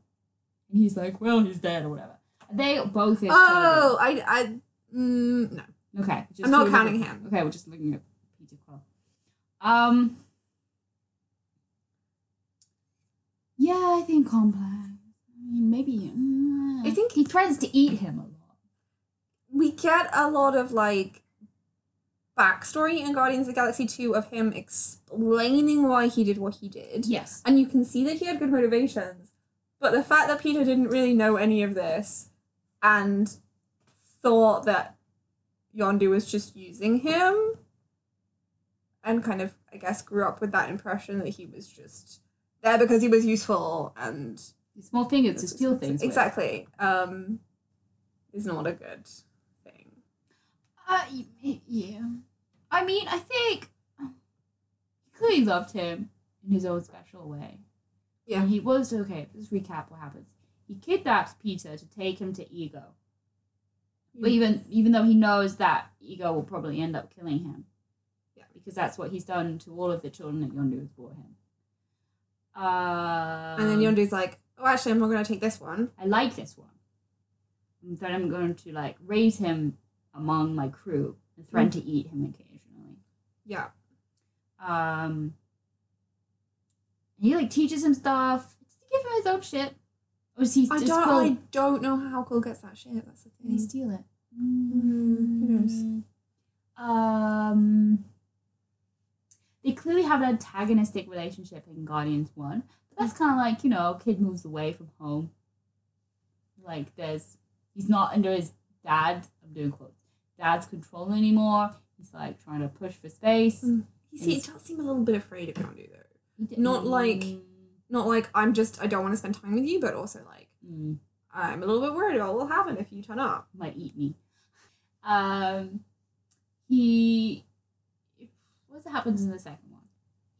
[SPEAKER 1] and he's like, "Well, he's dead" or whatever. They both. his
[SPEAKER 2] Oh, I, I, Mm, no.
[SPEAKER 1] Okay. just
[SPEAKER 2] I'm not
[SPEAKER 1] two-
[SPEAKER 2] counting him.
[SPEAKER 1] Okay, we're just looking at Peter Quill. Um. Yeah, I think complex. I mean, maybe. mm,
[SPEAKER 2] I think-
[SPEAKER 1] he tries to eat him a lot.
[SPEAKER 2] We get a lot of like backstory in Guardians of the Galaxy 2 of him explaining why he did what he did.
[SPEAKER 1] Yes.
[SPEAKER 2] And you can see that he had good motivations. But the fact that Peter didn't really know any of this and thought that Yondu was just using him and kind of, I guess, grew up with that impression that he was just there because he was useful and
[SPEAKER 1] Small fingers to steal things. with.
[SPEAKER 2] Exactly. Um, is not a good thing.
[SPEAKER 1] Uh, y- y- yeah. I mean, I think he clearly loved him in his own special way.
[SPEAKER 2] Yeah.
[SPEAKER 1] And he was okay. Let's recap what happens. He kidnaps Peter to take him to Ego. But
[SPEAKER 2] Hmm.
[SPEAKER 1] even even though he knows that Ego will probably end up killing him.
[SPEAKER 2] Yeah.
[SPEAKER 1] Because that's what he's done to all of the children that Yondu has brought him. Uh,
[SPEAKER 2] and then Yondu's like, oh, actually, I'm not going to take this one.
[SPEAKER 1] I like this one. And then I'm going to like raise him among my crew and threaten to eat him occasionally.
[SPEAKER 2] Yeah.
[SPEAKER 1] Um, he like teaches him stuff. Does he give him his own shit? Or is he
[SPEAKER 2] I
[SPEAKER 1] just
[SPEAKER 2] don't.
[SPEAKER 1] cool?
[SPEAKER 2] I don't know how Cole gets that shit. That's the
[SPEAKER 1] Did he
[SPEAKER 2] thing.
[SPEAKER 1] steal it?
[SPEAKER 2] Mm. who knows?
[SPEAKER 1] Um, they clearly have an antagonistic relationship in Guardians One, but that's kind of like you know, kid moves away from home. Like there's, he's not under his dad. I'm doing quotes. Dad's control anymore. He's like trying to push for space.
[SPEAKER 2] Mm. He, se- he does seem a little bit afraid of Yondu though.
[SPEAKER 1] He d-
[SPEAKER 2] Not like-
[SPEAKER 1] Mm,
[SPEAKER 2] Not like I'm just. I don't want to spend time with you, but also like
[SPEAKER 1] mm.
[SPEAKER 2] I'm a little bit worried about what will happen if you turn up.
[SPEAKER 1] might eat me. Um, he what happens in the second one?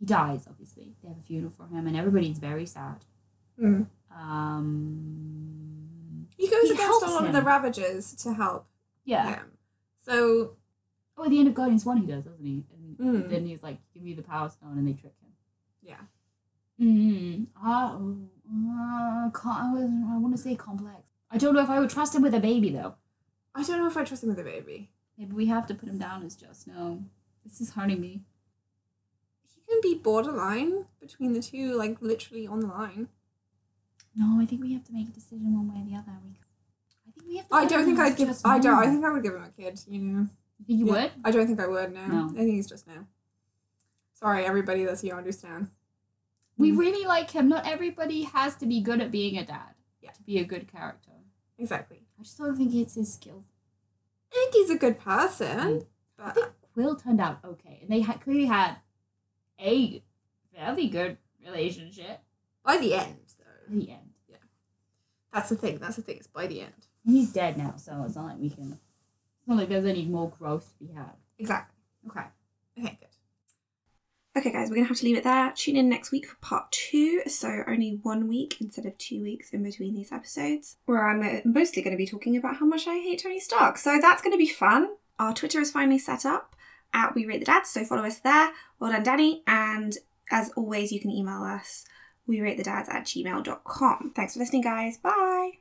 [SPEAKER 1] He dies, obviously. They have a funeral for him, and everybody's very sad.
[SPEAKER 2] Mm.
[SPEAKER 1] Um,
[SPEAKER 2] He goes
[SPEAKER 1] He
[SPEAKER 2] against a
[SPEAKER 1] helps
[SPEAKER 2] lot of the
[SPEAKER 1] him.
[SPEAKER 2] Ravagers to help
[SPEAKER 1] yeah.
[SPEAKER 2] him. So
[SPEAKER 1] Oh, at the end of Guardians One, he does, doesn't he? And
[SPEAKER 2] Mm.
[SPEAKER 1] then he's like, "Give me the Power Stone," and they trick him.
[SPEAKER 2] yeah,
[SPEAKER 1] Mm. Ah, ooh, uh, co- I, was, I want to say complex. I don't know if I would trust him with a baby though.
[SPEAKER 2] I don't know if I trust him with a baby.
[SPEAKER 1] Maybe we have to put him down as just no. This is hurting me.
[SPEAKER 2] He can be borderline between the two, like literally on the line.
[SPEAKER 1] No, I think we have to make a decision one way or the other. We, I think we have to.
[SPEAKER 2] I
[SPEAKER 1] put
[SPEAKER 2] don't
[SPEAKER 1] him
[SPEAKER 2] think
[SPEAKER 1] as
[SPEAKER 2] I'd give.
[SPEAKER 1] just
[SPEAKER 2] I don't. I
[SPEAKER 1] now.
[SPEAKER 2] think I would give him a kid. You know.
[SPEAKER 1] You think you
[SPEAKER 2] Yeah.
[SPEAKER 1] would?
[SPEAKER 2] I don't think I would. No.
[SPEAKER 1] No.
[SPEAKER 2] I think he's just no. Sorry, everybody that's here understand.
[SPEAKER 1] We
[SPEAKER 2] Mm-hmm.
[SPEAKER 1] really like him. Not everybody has to be good at being a dad.
[SPEAKER 2] Yeah.
[SPEAKER 1] To be a good character.
[SPEAKER 2] Exactly.
[SPEAKER 1] I just don't think it's his skill.
[SPEAKER 2] I think he's a good person,
[SPEAKER 1] I
[SPEAKER 2] but
[SPEAKER 1] think Quill turned out okay, and they had, clearly had a fairly good relationship
[SPEAKER 2] by the end,
[SPEAKER 1] at
[SPEAKER 2] though,
[SPEAKER 1] the end.
[SPEAKER 2] that's the thing. That's the thing. It's by the end.
[SPEAKER 1] And he's dead now, so it's not like we can. It's not like there's any more growth to be had.
[SPEAKER 2] Exactly.
[SPEAKER 1] Okay.
[SPEAKER 2] Okay. Good.
[SPEAKER 4] Okay, guys, we're going to have to leave it there. Tune in next week for part two. So, only one week instead of two weeks in between these episodes, where I'm uh, mostly going to be talking about how much I hate Tony Stark. So, that's going to be fun. Our Twitter is finally set up at We Rate the Dads, so follow us there. Well done, Danny. And as always, you can email us we rate the dads at gmail.com. Thanks for listening, guys. Bye.